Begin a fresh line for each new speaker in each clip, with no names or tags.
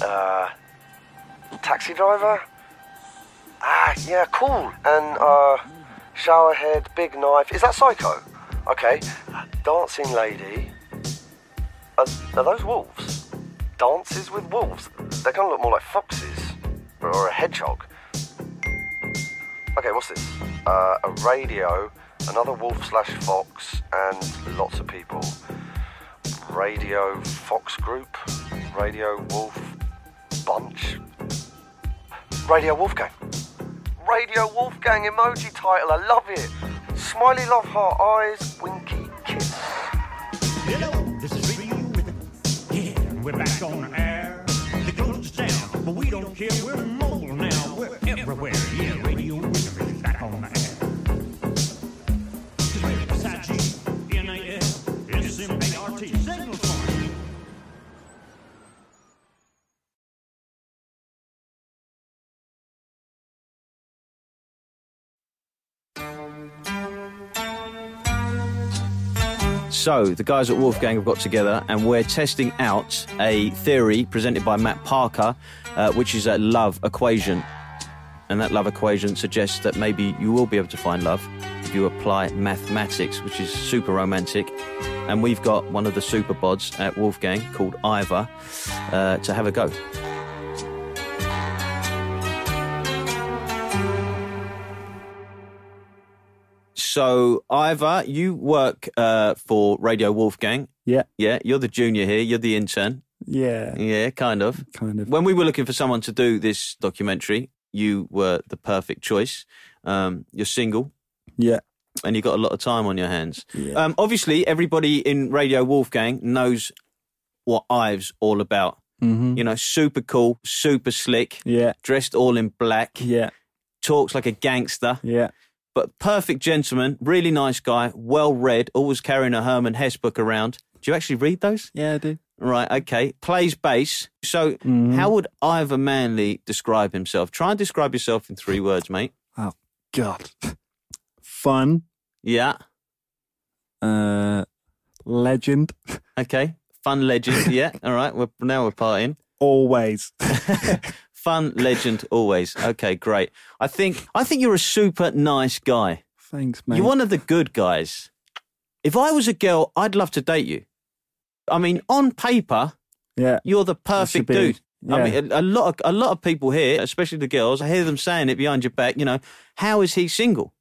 uh, taxi driver. Ah, yeah, cool. And uh, shower head, big knife. Is that Psycho? Okay. Dancing lady. Are, are those wolves? Dances with wolves. They kind of look more like foxes or a hedgehog. Okay, what's this? Uh, a radio, another wolf slash fox, and lots of people. Radio Fox Group, Radio Wolf Bunch, Radio Wolfgang. Radio Wolfgang emoji title, I love it. Smiley love heart eyes, winky kiss.
Hello, this is for you with the Yeah, we're back on the air. The coast is down, but we don't care. We're mobile now. We're everywhere. Yeah, radio Wizard is back on the air. SIG, NAS, SMBRT, signal farm.
So, the guys at Wolfgang have got together and we're testing out a theory presented by Matt Parker, uh, which is a love equation. And that love equation suggests that maybe you will be able to find love if you apply mathematics, which is super romantic. And we've got one of the super bods at Wolfgang called Ivor uh, to have a go. So, Ivor, you work uh, for Radio Wolfgang.
Yeah,
Yeah, you're the junior here. You're the intern.
yeah,
Yeah, kind of.
kind of.
When we were looking for someone to do this documentary, you were the perfect choice. Um, you're single
Yeah,
and you've got a lot of time on your hands.
yeah.
Um, obviously, everybody in Radio Wolfgang knows what Ives all about.
hmm
You know, super cool, super slick,
Yeah,
dressed all in black,
yeah,
talks like a gangster,
yeah,
but perfect gentleman, really nice guy, well read, always carrying a Herman Hess book around. Do you actually read those?
yeah. I do.
Right, okay. Plays bass. So,
Mm-hmm.
how would Ivor Manley describe himself? Try and describe yourself in three words, mate.
God, fun.
Yeah,
Uh, legend.
okay. Fun legend. Yeah, all right. We're, now we're partying.
Always.
Fun legend always. Okay, great. I think I think you're a super nice guy.
Thanks, mate.
You're one of the good guys. If I was a girl, I'd love to date you. I mean, on paper,
Yeah,
you're the
I
perfect
should be-
dude. I
yeah.
mean, a, a lot of a lot of people here, especially the girls, I hear them saying it behind your back. You know, how is he single?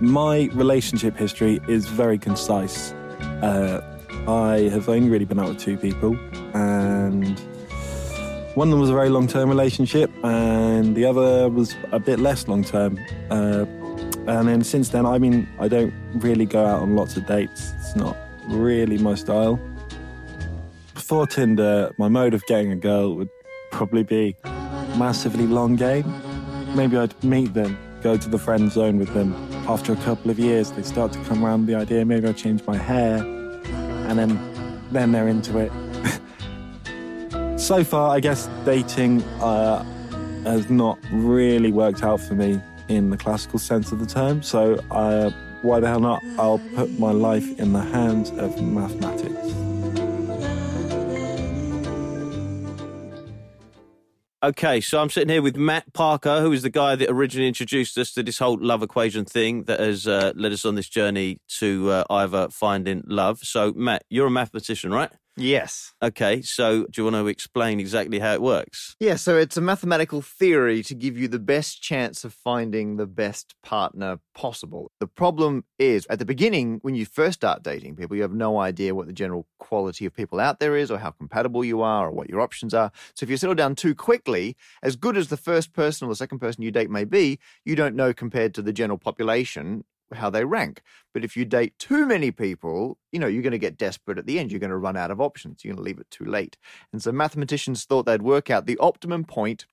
My relationship history is very concise. Uh, I have only really been out with two people, and one of them was a very long term relationship, and the other was a bit less long term. Uh, and then since then, I mean, I don't really go out on lots of dates, it's not really my style. Before Tinder, my mode of getting a girl would probably be massively long game maybe I'd meet them, go to the friend zone with them. After a couple of years, they start to come around the idea. Maybe I change my hair, and then then they're into it. so far, I guess dating uh, has not really worked out for me in the classical sense of the term. So uh, why the hell not? I'll put my life in the hands of mathematics.
Okay, so I'm sitting here with Matt Parker, who is the guy that originally introduced us to this whole love equation thing that has uh, led us on this journey to uh, either finding love. So, Matt, you're a mathematician, right?
Yes.
Okay, so do you want to explain exactly how it works?
Yeah, so it's a mathematical theory to give you the best chance of finding the best partner possible. The problem is, at the beginning, when you first start dating people, you have no idea what the general quality of people out there is, or how compatible you are, or what your options are. So if you settle down too quickly, as good as the first person or the second person you date may be, you don't know compared to the general population how they rank. But if you date too many people, you know, you're going to get desperate at the end. You're going to run out of options. You're going to leave it too late. And so mathematicians thought they'd work out the optimum point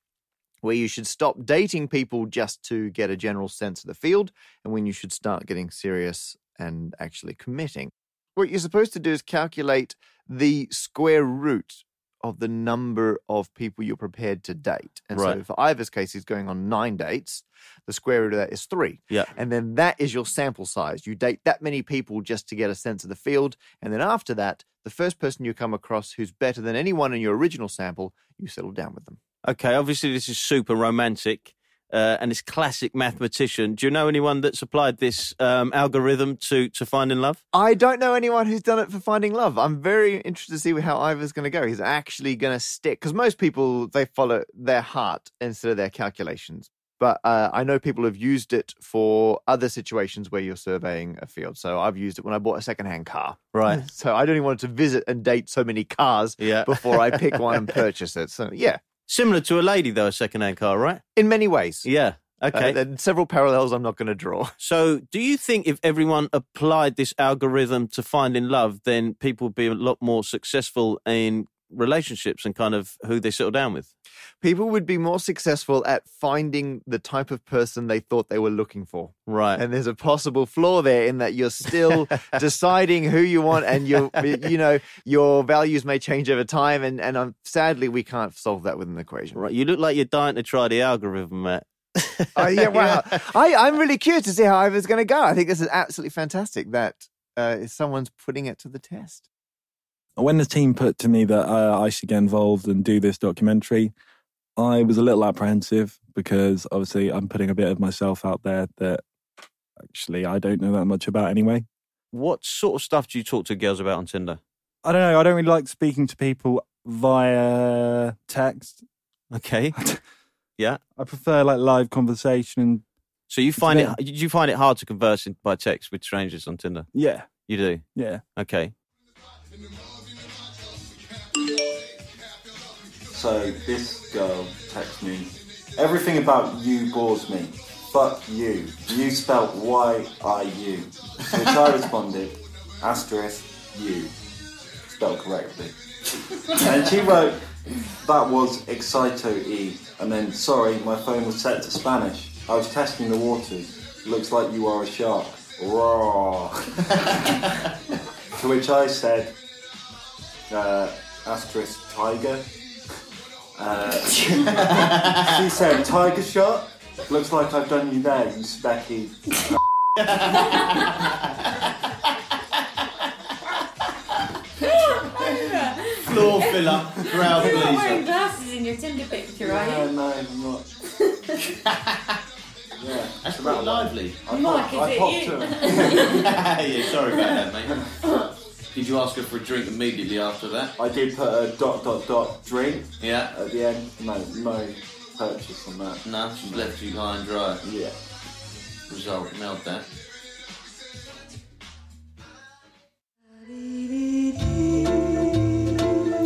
where you should stop dating people just to get a general sense of the field and when you should start getting serious and actually committing. What you're supposed to do is calculate the square root of the number of people you're prepared to date. And so
Right.
for Ivor's case, he's going on nine dates. The square root of that is three.
Yeah.
And then that is your sample size. You date that many people just to get a sense of the field. And then after that, The first person you come across who's better than anyone in your original sample, you settle down with them.
Okay, obviously this is super romantic, uh, and it's classic mathematician. Do you know anyone that's applied this um, algorithm to to finding love?
I don't know anyone who's done it for finding love. I'm very interested to see how Ivor's going to go. He's actually going to stick because most people they follow their heart instead of their calculations. But uh, I know people have used it for other situations where you're surveying a field. So I've used it when I bought a secondhand car.
Right.
So I don't even want to visit and date so many cars
Mm. Yeah.
before I pick one and purchase it. So yeah,
Similar to a lady though, a second-hand car, right?
in many ways.
Yeah.
Uh,
Okay.
there are several parallels I'm not going to draw.
so, do you think if everyone applied this algorithm to finding love, then people would be a lot more successful in relationships and kind of who they settle down with?
People would be more successful at finding the type of person they thought they were looking for.
Right.
and there's a possible flaw there in that you're still deciding who you want and your you know your values may change over time and and um, sadly we can't solve that with an equation
right. You look like you're dying to try the algorithm, Matt.
Oh, yeah wow i i'm really curious to see how ivor's going to go i think this is absolutely fantastic that uh, someone's putting it to the test
When the team put to me that uh, I should get involved and do this documentary, I was a little apprehensive because obviously I'm putting a bit of myself out there that actually I don't know that much about anyway.
What sort of stuff do you talk to girls about on Tinder?
I don't know. I don't really like speaking to people via text.
Okay.
I prefer like live conversation. And
So you find
a
it you find it hard to converse in, by text with strangers on Tinder.
yeah,
You do.
yeah.
Okay.
So this girl texts me, everything about you bores me. Fuck you. You spelt Y I U. Which I responded, asterisk you. Spelled correctly. and she wrote, that was Excito E. And then, sorry, my phone was set to Spanish. I was testing the waters. Looks like you are a shark. Raw. to which I said, uh, asterisk tiger. Uh, she said, tiger shark? Looks like I've done you there, you specky.
Floor filler, crowd
You're not wearing glasses in your Tinder picture, are
No,
you?
no, I'm not. yeah,
That's pretty lively.
I
Mark,
popped, I
is
popped
it you?
her.
yeah, sorry about that, mate. Did you ask her for a drink immediately after that?
I did put a dot dot dot drink
Yeah.
at the end. No, no purchase on that.
No, she's left you high and dry.
Yeah.
Result, nailed that.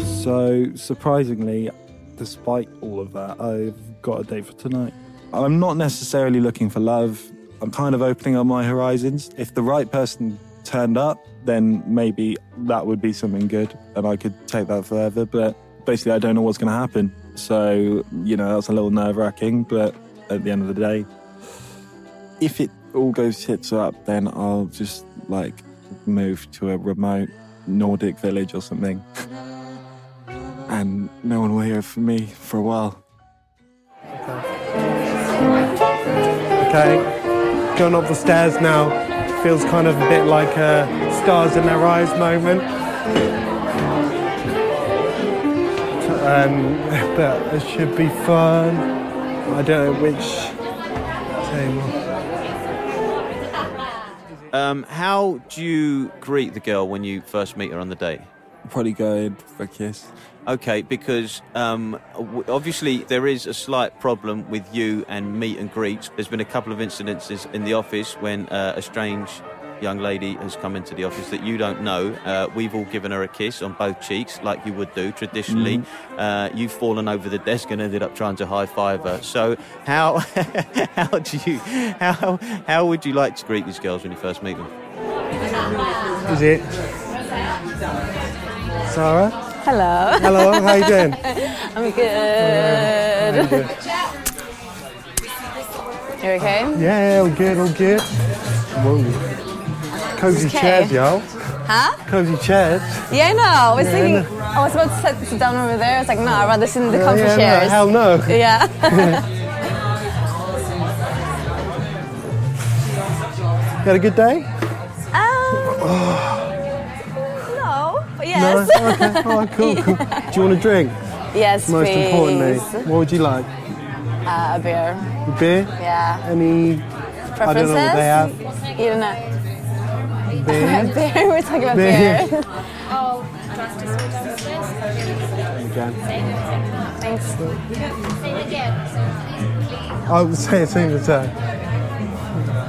So surprisingly, despite all of that, I've got a date for tonight. I'm not necessarily looking for love. I'm kind of opening up my horizons. If the right person turned up, then maybe that would be something good and I could take that further. But basically, I don't know what's going to happen. So, you know, that's a little nerve wracking. But at the end of the day, if it all goes tits up, then I'll just like move to a remote Nordic village or something and no one will hear from me for a while.
Okay, going up the stairs now. Feels kind of a bit like a stars in their eyes moment. Um, but it should be fun. I don't know which table.
Um, how do you greet the girl when you first meet her on the date?
Probably go in for a kiss.
Okay, because um, w- obviously there is a slight problem with you and meet and greets. There's been a couple of incidences in the office when uh, a strange young lady has come into the office that you don't know. Uh, we've all given her a kiss on both cheeks, like you would do traditionally. Uh, you've fallen over the desk and ended up trying to high five her. So how how do you how how would you like to greet these girls when you first meet them?
Is it? Sarah?
Hello.
Hello, how you doing? Oh,
I'm good. You okay?
Yeah, all good, all good. Whoa. Cozy
Okay.
chairs, yo.
Huh?
Cozy chairs.
Yeah, I know. I was thinking, I was about to sit- sit down over there. It's like, no, I'd rather sit in the comfy
yeah, No,
chairs.
hell no.
yeah.
You had a good day?
um, no, but yes.
No? Okay. All right, Oh, cool, cool. Do you want a drink?
Yes,
Most
please.
importantly, what would you like?
Uh, a beer.
A beer?
Yeah.
Any?
Preferences?
don't know what they have.
You don't know.
Beer?
Beer. We're talking about
Beer.
beer.
Okay.
Thanks.
I would say a single time.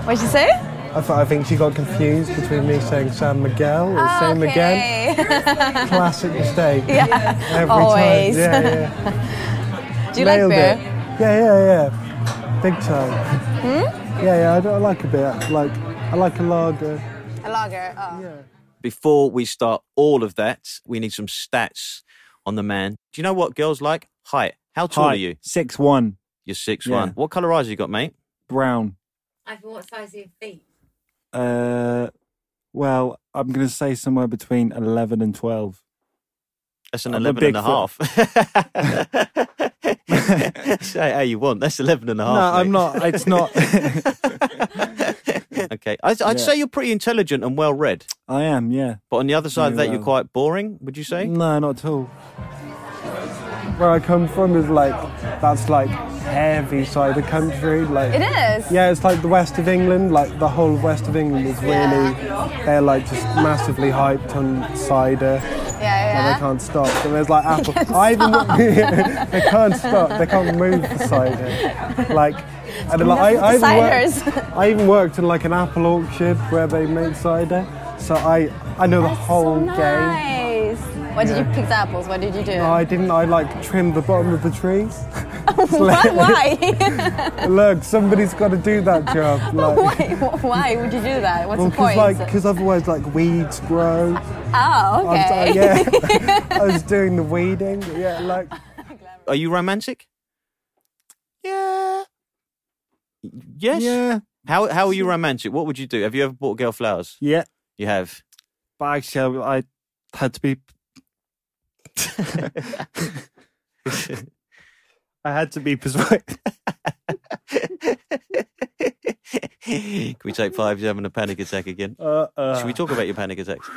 What'd you say?
uh, I, thought, I think she got confused between me saying San Miguel or San Miguel.
Ah, Okay.
Classic mistake.
yeah.
Every
Always.
time. Yeah, yeah.
Do you
Nailed
like
it.
beer?
Yeah, yeah, yeah. Big time. Hmm? Yeah, yeah. I, don't, I like a beer. Like, I like a lager.
A lager. Oh.
Yeah.
Before we start all of that, we need some stats on the man. Do you know what girls like? Height. How tall are you?
Six one.
You're six
Yeah.
one. What colour eyes you got, mate?
Brown.
I've what size are your feet?
Uh, well, I'm going to say somewhere between 11 and 12.
That's an
I'm a
eleven and a half. Say it how you want. That's eleven and a half.
no, I'm
mate.
not. It's not.
Okay. I'd, I'd
Yeah.
say you're pretty intelligent and well read,
I am, yeah.
but on the other side of that,
Very
you're
well.
quite boring. Would you say?
No, not at all.
Where I come from is like, that's like heavy side of the country. Like,
It is.
Yeah, it's like the west of England, like the whole of west of England is really, they're like just massively hyped on cider
Yeah,
and they
yeah.
can't stop. And there's like apple. I even, they can't stop, they can't move the cider. Like, and like, I, I, even
Ciders.
worked, I even worked in like an apple orchard where they make cider. So I, I know the whole game.
so nice. Why did you pick the apples? What did you do?
I didn't, I like trimmed the bottom of the trees.
Why? Why?
Look, somebody's got to do that job. Like,
why? Why would you do that? What's
Well,
the point?
because like, because otherwise, like weeds grow.
oh,
I was,
okay.
uh, yeah, I was doing the weeding. Yeah, like
Are you romantic?
Yeah.
Yes.
Yeah.
How how are you romantic? What would you do? Have you ever bought a girl flowers?
Yeah.
You have.
But actually, I I had to be. I had to be persuaded.
Can we take five? You're having a panic attack again.
Uh, uh,
Should we talk about your panic attacks?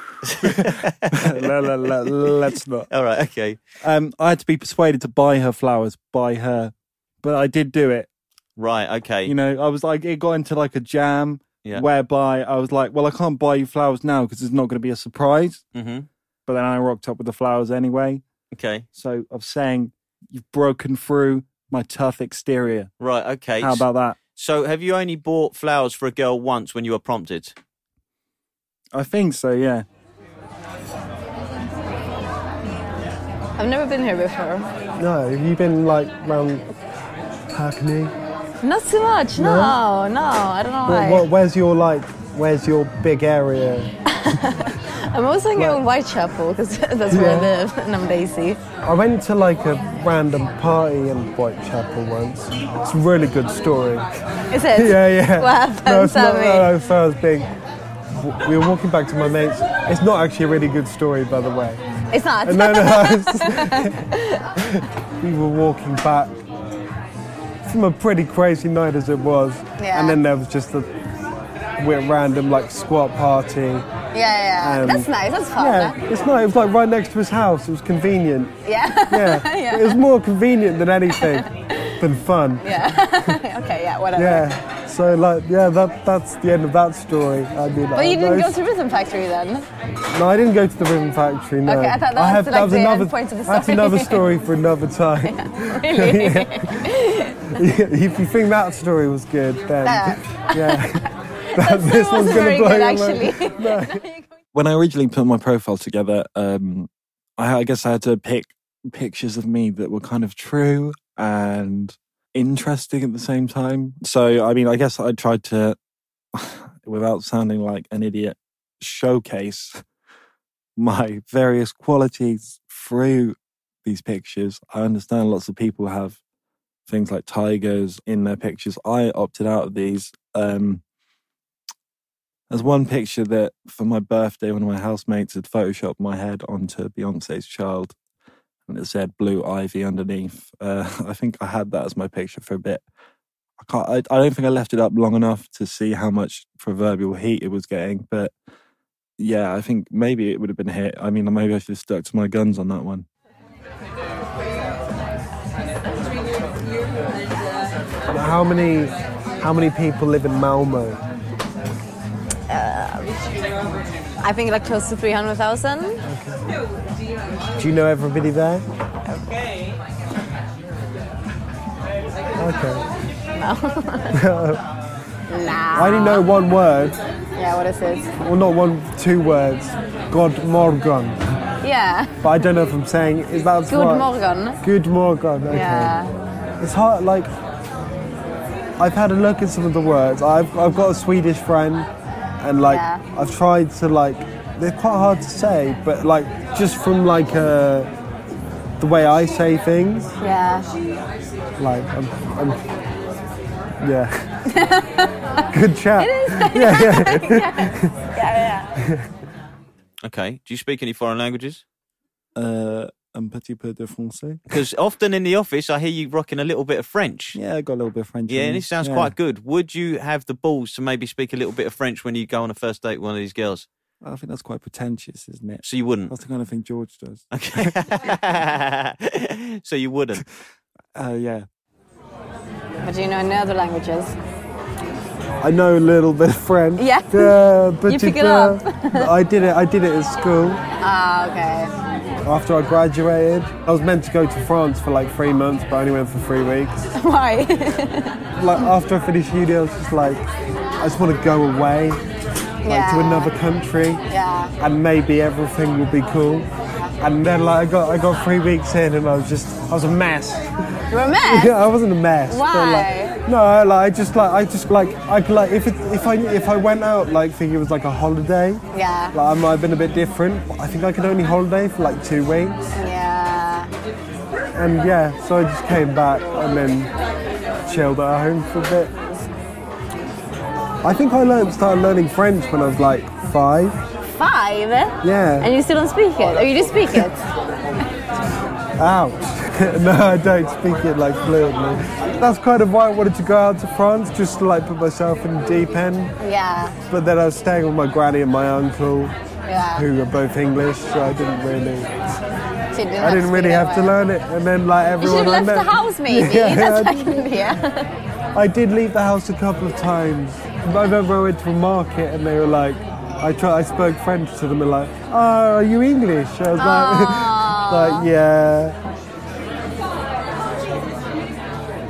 la, la, la, let's not.
All right. Okay.
Um, I had to be persuaded to buy her flowers by her, but I did do it.
Right. Okay.
You know, I was like, it got into like a jam
Yeah.
whereby I was like, well, I can't buy you flowers now because it's not going to be a surprise.
hmm
But then I rocked up with the flowers anyway.
Okay.
So I'm saying you've broken through my tough exterior.
Right. Okay.
How about that?
So, have you only bought flowers for a girl once when you were prompted?
I think so, yeah.
I've never been here before.
no. Have you been like round Hackney?
Not so much. No, no. I don't know
What,
why.
what, where's your like? Where's your big area?
I'm also hanging out in Whitechapel because that's where I live, and I'm Daisy.
I went to like a random party in Whitechapel once. It's a really good story.
Is it?
Yeah, yeah.
What happened?
No, it's
Tell
not,
me.
no, no, so I was being. We were walking back to my mates. It's not actually a really good story, by the way.
It's not.
And then I was- we were walking back from a pretty crazy night as it was,
Yeah.
and then there was just a weird random like squat party.
yeah, yeah.
Um,
that's nice. That's fun.
Yeah, it's nice. It was like right next to his house. It was convenient.
Yeah.
Yeah,
Yeah.
it was more convenient than anything, than fun.
Yeah. okay. Yeah. Whatever.
Yeah. So like, yeah, that that's the end of that story. I mean,
But you didn't go
those-
to Rhythm Factory then.
No, I didn't go to the ribbon factory. No,
Okay, I thought that was like the end
another
point of the
That's
story.
another story for another time.
Really?
if you think that story was good, then
Yeah.
yeah,
That
one's
wasn't
gonna
very
blow
good,
your mind.
actually.
When I originally put my profile together, um, I, I guess I had to pick pictures of me that were kind of true and interesting at the same time. So, I mean, I guess I tried to, without sounding like an idiot, showcase my various qualities through these pictures. I understand lots of people have things like tigers in their pictures. I opted out of these. Um, There's one picture that for my birthday, one of my housemates had photoshopped my head onto Beyonce's child, and it said "Blue Ivy" underneath. Uh, I think I had that as my picture for a bit. I can't. I, I don't think I left it up long enough to see how much proverbial heat it was getting, but
yeah, I think maybe it would have been a hit. I mean, maybe I should have stuck to my guns on that one.
How many, how many people live in Malmo?
I think like close to 300,000.
Do you know everybody there? Okay.
Nah.
I only know one word,
Yeah, what is it?
well, not one, two words. God morgon.
Yeah.
But I don't know if I'm saying is that
Good
right?
morgen.
Good morgon. Okay.
Yeah.
It's hard. Like I've had a look at some of the words. I've I've got a Swedish friend, and like
Yeah.
I've tried to like they're quite hard to say, but like just from like uh, the way I say things,
Yeah.
like I'm, I'm yeah. Good chat.
Okay. Do you speak any foreign languages?
Uh, un petit peu de français.
Because often in the office, I hear you rocking a little bit of French.
Yeah, I got a little bit of French.
Yeah,
in
and
me.
it sounds
Yeah.
quite good. Would you have the balls to maybe speak a little bit of French when you go on a first date with one of these girls?
I think that's quite pretentious, isn't it?
So you wouldn't.
That's the kind of thing George does.
Okay. so you wouldn't.
Uh, yeah.
But do you know any other languages?
I know a little bit of French.
Yeah.
Uh, but
You pick it
uh,
up.
I did it. I did it at school.
Ah, okay.
After I graduated, I was meant to go to France for like three months, but I only went for three weeks.
Why?
Like after I finished uni, I was just like, I just want to go away, like to
Yeah.
another country,
yeah.
and maybe everything will be cool. And then like I got I got three weeks in, and I was just I was a mess.
You were a mess?
Yeah, I wasn't a mess. But,
Why?
like, no, like I just like I just like I like if it, if I if I went out like thinking it was like a holiday,
Yeah.
like I might have been a bit different. But I think I could only holiday for like two weeks.
Yeah.
And yeah, so I just came back and then chilled at home for a bit. I think I learned started learning French when I was like five.
Five? And
Yeah.
you still don't speak it? Or you do speak it?
Ouch. no, I don't speak it like fluently. That's kind of why I wanted to go out to France, just to like put myself in the deep end.
Yeah.
But then I was staying with my granny and my uncle,
Yeah.
who are both English, so I didn't really,
She didn't
I didn't
speak
really
that
have to
well.
learn it. And then like
You should
everyone
have
I
left the
met-
house, maybe.
Yeah,
That's
I
what I can do. Yeah.
I did leave the house a couple of times. I remember I went to a market and they were like, I tried, I spoke French to them and like, oh, are you English? I was
Oh.
like, like, yeah.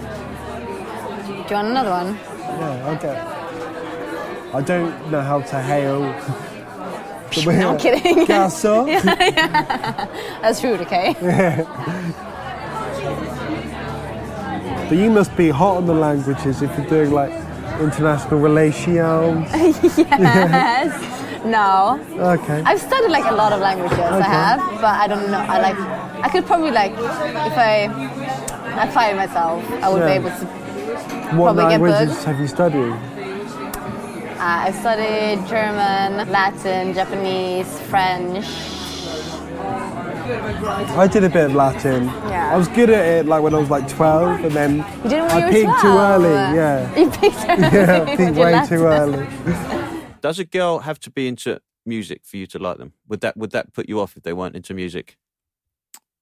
Do you want another one?
Yeah, I get I don't know how to hail.
No, I'm kidding.
Garçon?
That's rude, okay?
But you must be hot on the languages if you're doing like international relations.
yes. No.
Okay.
I've studied like a lot of languages. I
Okay.
have, but I don't know. I like. I could probably like, if I apply myself, I would be
Yeah.
able to.
What
probably get
languages have you studied?
Uh, I studied German, Latin, Japanese, French.
I did a bit of Latin.
Yeah.
I was good at it like when I was like 12 and then
You didn't when
Oh, I
you were
peaked too
12.
early, yeah.
You peaked early.
yeah, I
with
peaked
your
way
Latin.
too early.
Does a girl have to be into music for you to like them? Would that would that put you off if they weren't into music?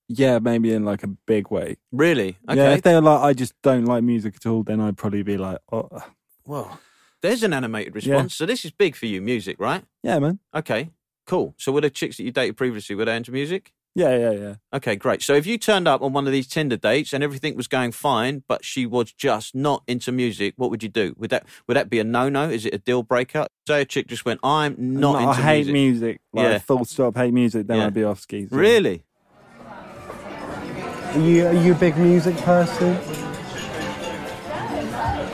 Yeah, maybe in like a big way.
Really? Okay.
Yeah, if they were like, I just don't like music at all, then I'd probably be like, oh,
Well, there's an animated
Yeah.
response. So this is big for you, music, right?
yeah, man.
Okay, cool. So were the chicks that you dated previously were they into music?
Yeah, yeah, yeah.
Okay, great. So if you turned up on one of these Tinder dates and everything was going fine, but she was just not into music, what would you do? Would that would that be a no no? Is it a deal breaker? Say a chick just went, I'm not
Like,
into
I hate music.
music.
Like,
Yeah.
full stop, hate music, then
Yeah.
I'd be off skis.
Really?
Are you, are you a big music person?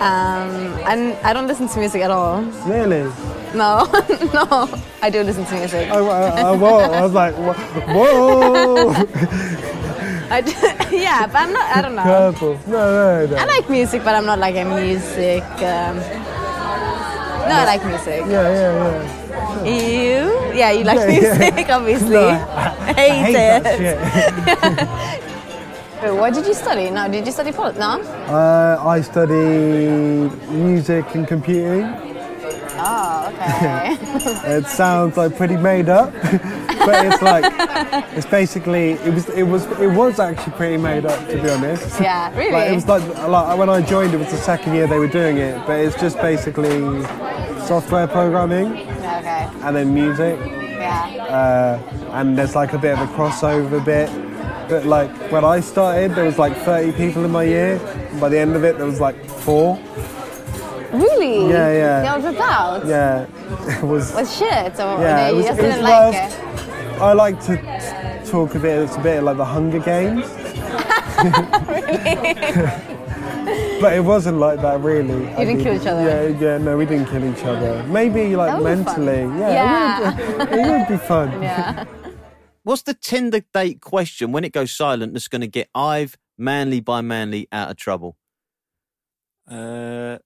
Um, and I don't listen to music at all.
Really? Oh.
No, no. I do listen to music.
I, I, I, whoa, I was like, wha- whoa,
I do, yeah, but I'm not. I don't know.
purple. No, no, no.
I like music, but I'm not like a music. Um, no, I like music.
Yeah, yeah,
You? Yeah, you like
Yeah, yeah.
music, obviously.
No,
I
yeah. I hate that shit.
Wait, what did you study? No, did you study politics? No.
Uh, I study music and computing.
Oh, okay.
It sounds like pretty made up, but it's like it's basically it was it was it was actually pretty made up to be honest.
Yeah, really?
Like, it was like, like when I joined, it was the second year they were doing it, but it's just basically software programming
okay.
and then music,
Yeah.
uh, and there's like a bit of a crossover bit. But like when I started, there was like 30 people in my year. And by the end of it, there was like four.
Really?
Yeah, yeah.
They all dropped out.
Yeah, it was.
Was shit or
Yeah,
they
it was-
just
it was
didn't like
loved.
it.
I like to t- talk a bit. It's a bit like the Hunger Games. but it wasn't like that, really. You
didn't kill each other?
Yeah, yeah. No, we didn't kill each other. Maybe like
That would be fun.
mentally. Yeah, It, would, it would be fun.
Yeah.
What's the Tinder date question when it goes silent that's going to get I've manly by manly out of trouble?
Uh,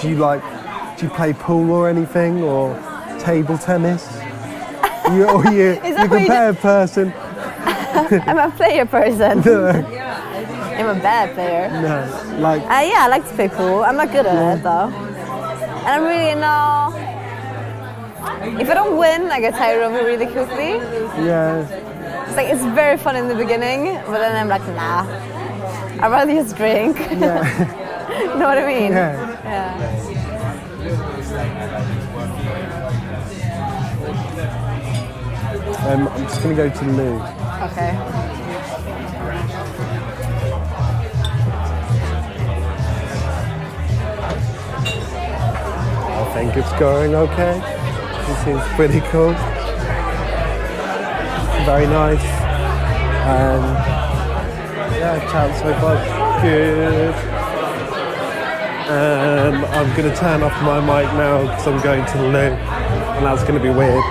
Do you like? Do you play pool or anything or table tennis? You, or you,
that
you
what you
compare a person.
I'm a player person. I'm a bad player.
No, like
Uh, yeah, I like to play pool. I'm not good at it though. And I'm really in awe. If I don't win, I get tired of it really quickly.
yeah,
It's like it's very fun in the beginning, but then I'm like, nah. I'd rather just drink. you know what I mean?
yeah.
Yeah.
Um, I'm just gonna go to the loo.
Okay.
I think it's going okay. It seems pretty cool. Very nice. And yeah, chat so far is good. Um, I'm gonna turn off my mic now because I'm going to the loo, and that's gonna be weird.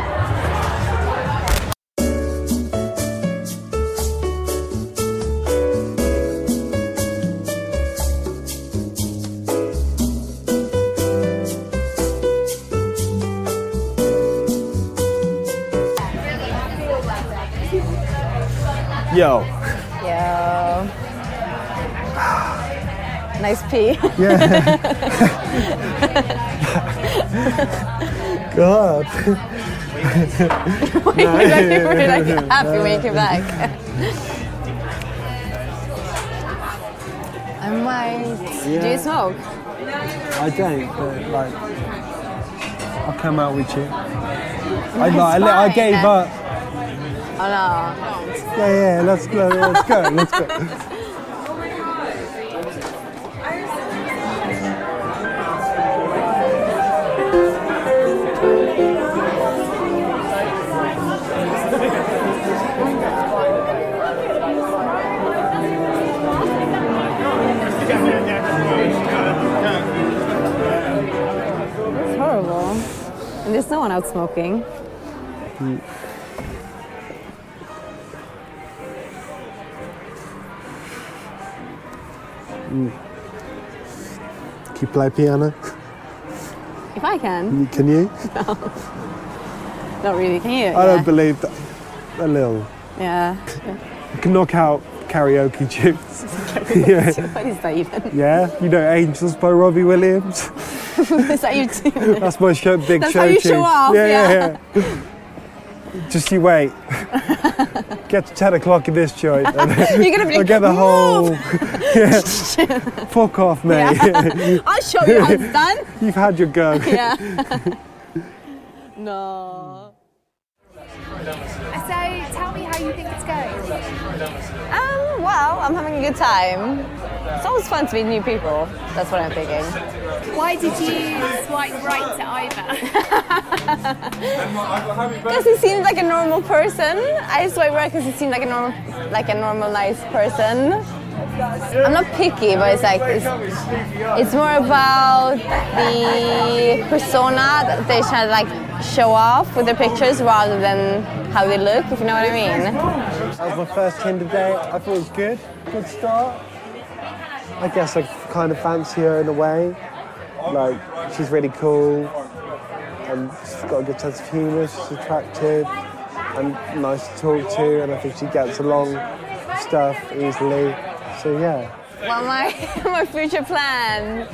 yo,
Yo. Nice pee.
God,
you were like happy when you came back. I might. Do you
Yeah.
smoke?
I don't. But like, I'll come out with you. I, like, I, I
fine.
gave up.
Oh no.
Yeah, yeah. Let's go. Let's go. Let's go.
It's horrible. And there's no one out smoking.
Can you Mm. play piano?
If I can.
Can you?
Not really, can you?
I
yeah.
don't believe that. A little.
yeah.
You can knock out karaoke tunes. yeah.
what is that even?
yeah. You know Angels by Robbie Williams?
is that you too?
That's my show, big
That's
show
how you
tune.
show off, yeah.
yeah. Just you wait. Get to 10 o'clock in this joint. And
You're gonna be
I
like,
get the whole.
"Move!
Yeah. Fuck off, mate.
I'll show you how it's done.
You've had your go.
Yeah. no.
So tell me how you think it's going.
Um, well, I'm having a good time. It's always fun to meet new people. That's what I'm thinking.
Why did you swipe right to Iva?
Because he seemed like a normal person. I swipe right because he seemed like a normal, like a normal, nice person. I'm not picky, but it's like it's, it's more about the persona that they try to like show off with their pictures rather than how they look. If you know what I mean?
That was my first Tinder date. I thought it was good. Good start. I guess I kind of fancy her in a way. Like, she's really cool. And she's got a good sense of humour. She's attractive and nice to talk to. And I think she gets along
stuff easily. So yeah.
Well, my my future plan.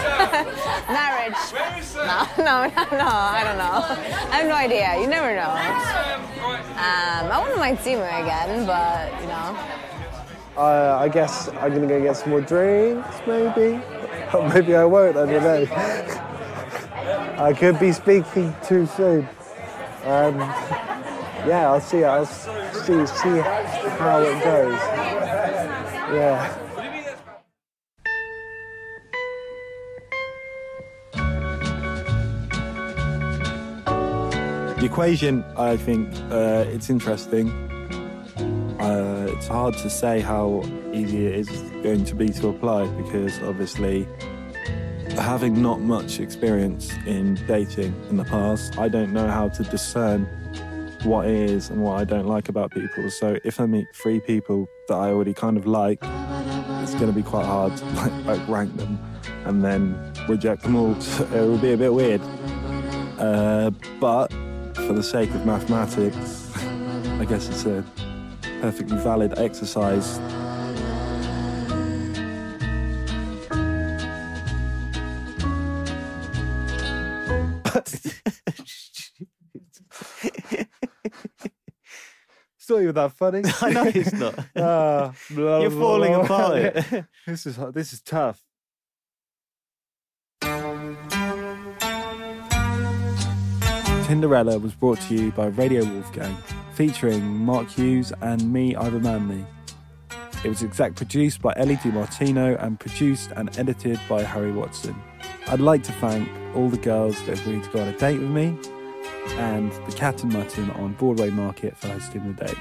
Marriage. No, no, no, no. I don't know. I have no idea. You never know. Um, I want to my team again, but you know.
Uh, I guess I'm gonna go get some more drinks, maybe. Or maybe I won't. I don't know. I could be speaking too soon. Um, yeah, I'll see. I'll s- see see how it goes. Yeah.
The equation, I think, uh, it's interesting. Uh, it's hard to say how easy it is going to be to apply because obviously, having not much experience in dating in the past, I don't know how to discern what it is and what I don't like about people. So if I meet three people that I already kind of like, it's going to be quite hard to like, like rank them and then reject them all. it will be a bit weird. Uh, but for the sake of mathematics, I guess it's a perfectly valid exercise.
It's not even that funny.
I know it's not.
Ah, blah,
You're
blah,
falling
blah.
apart.
this is this is tough.
Tinderella was brought to you by Radio Wolfgang, featuring Mark Hughes and me, Ivor Manley. It was exec produced by Ellie Di Martino and produced and edited by Harry Watson. I'd like to thank all the girls that agreed to go on a date with me and the Cat and Mutton on Broadway Market for hosting the date.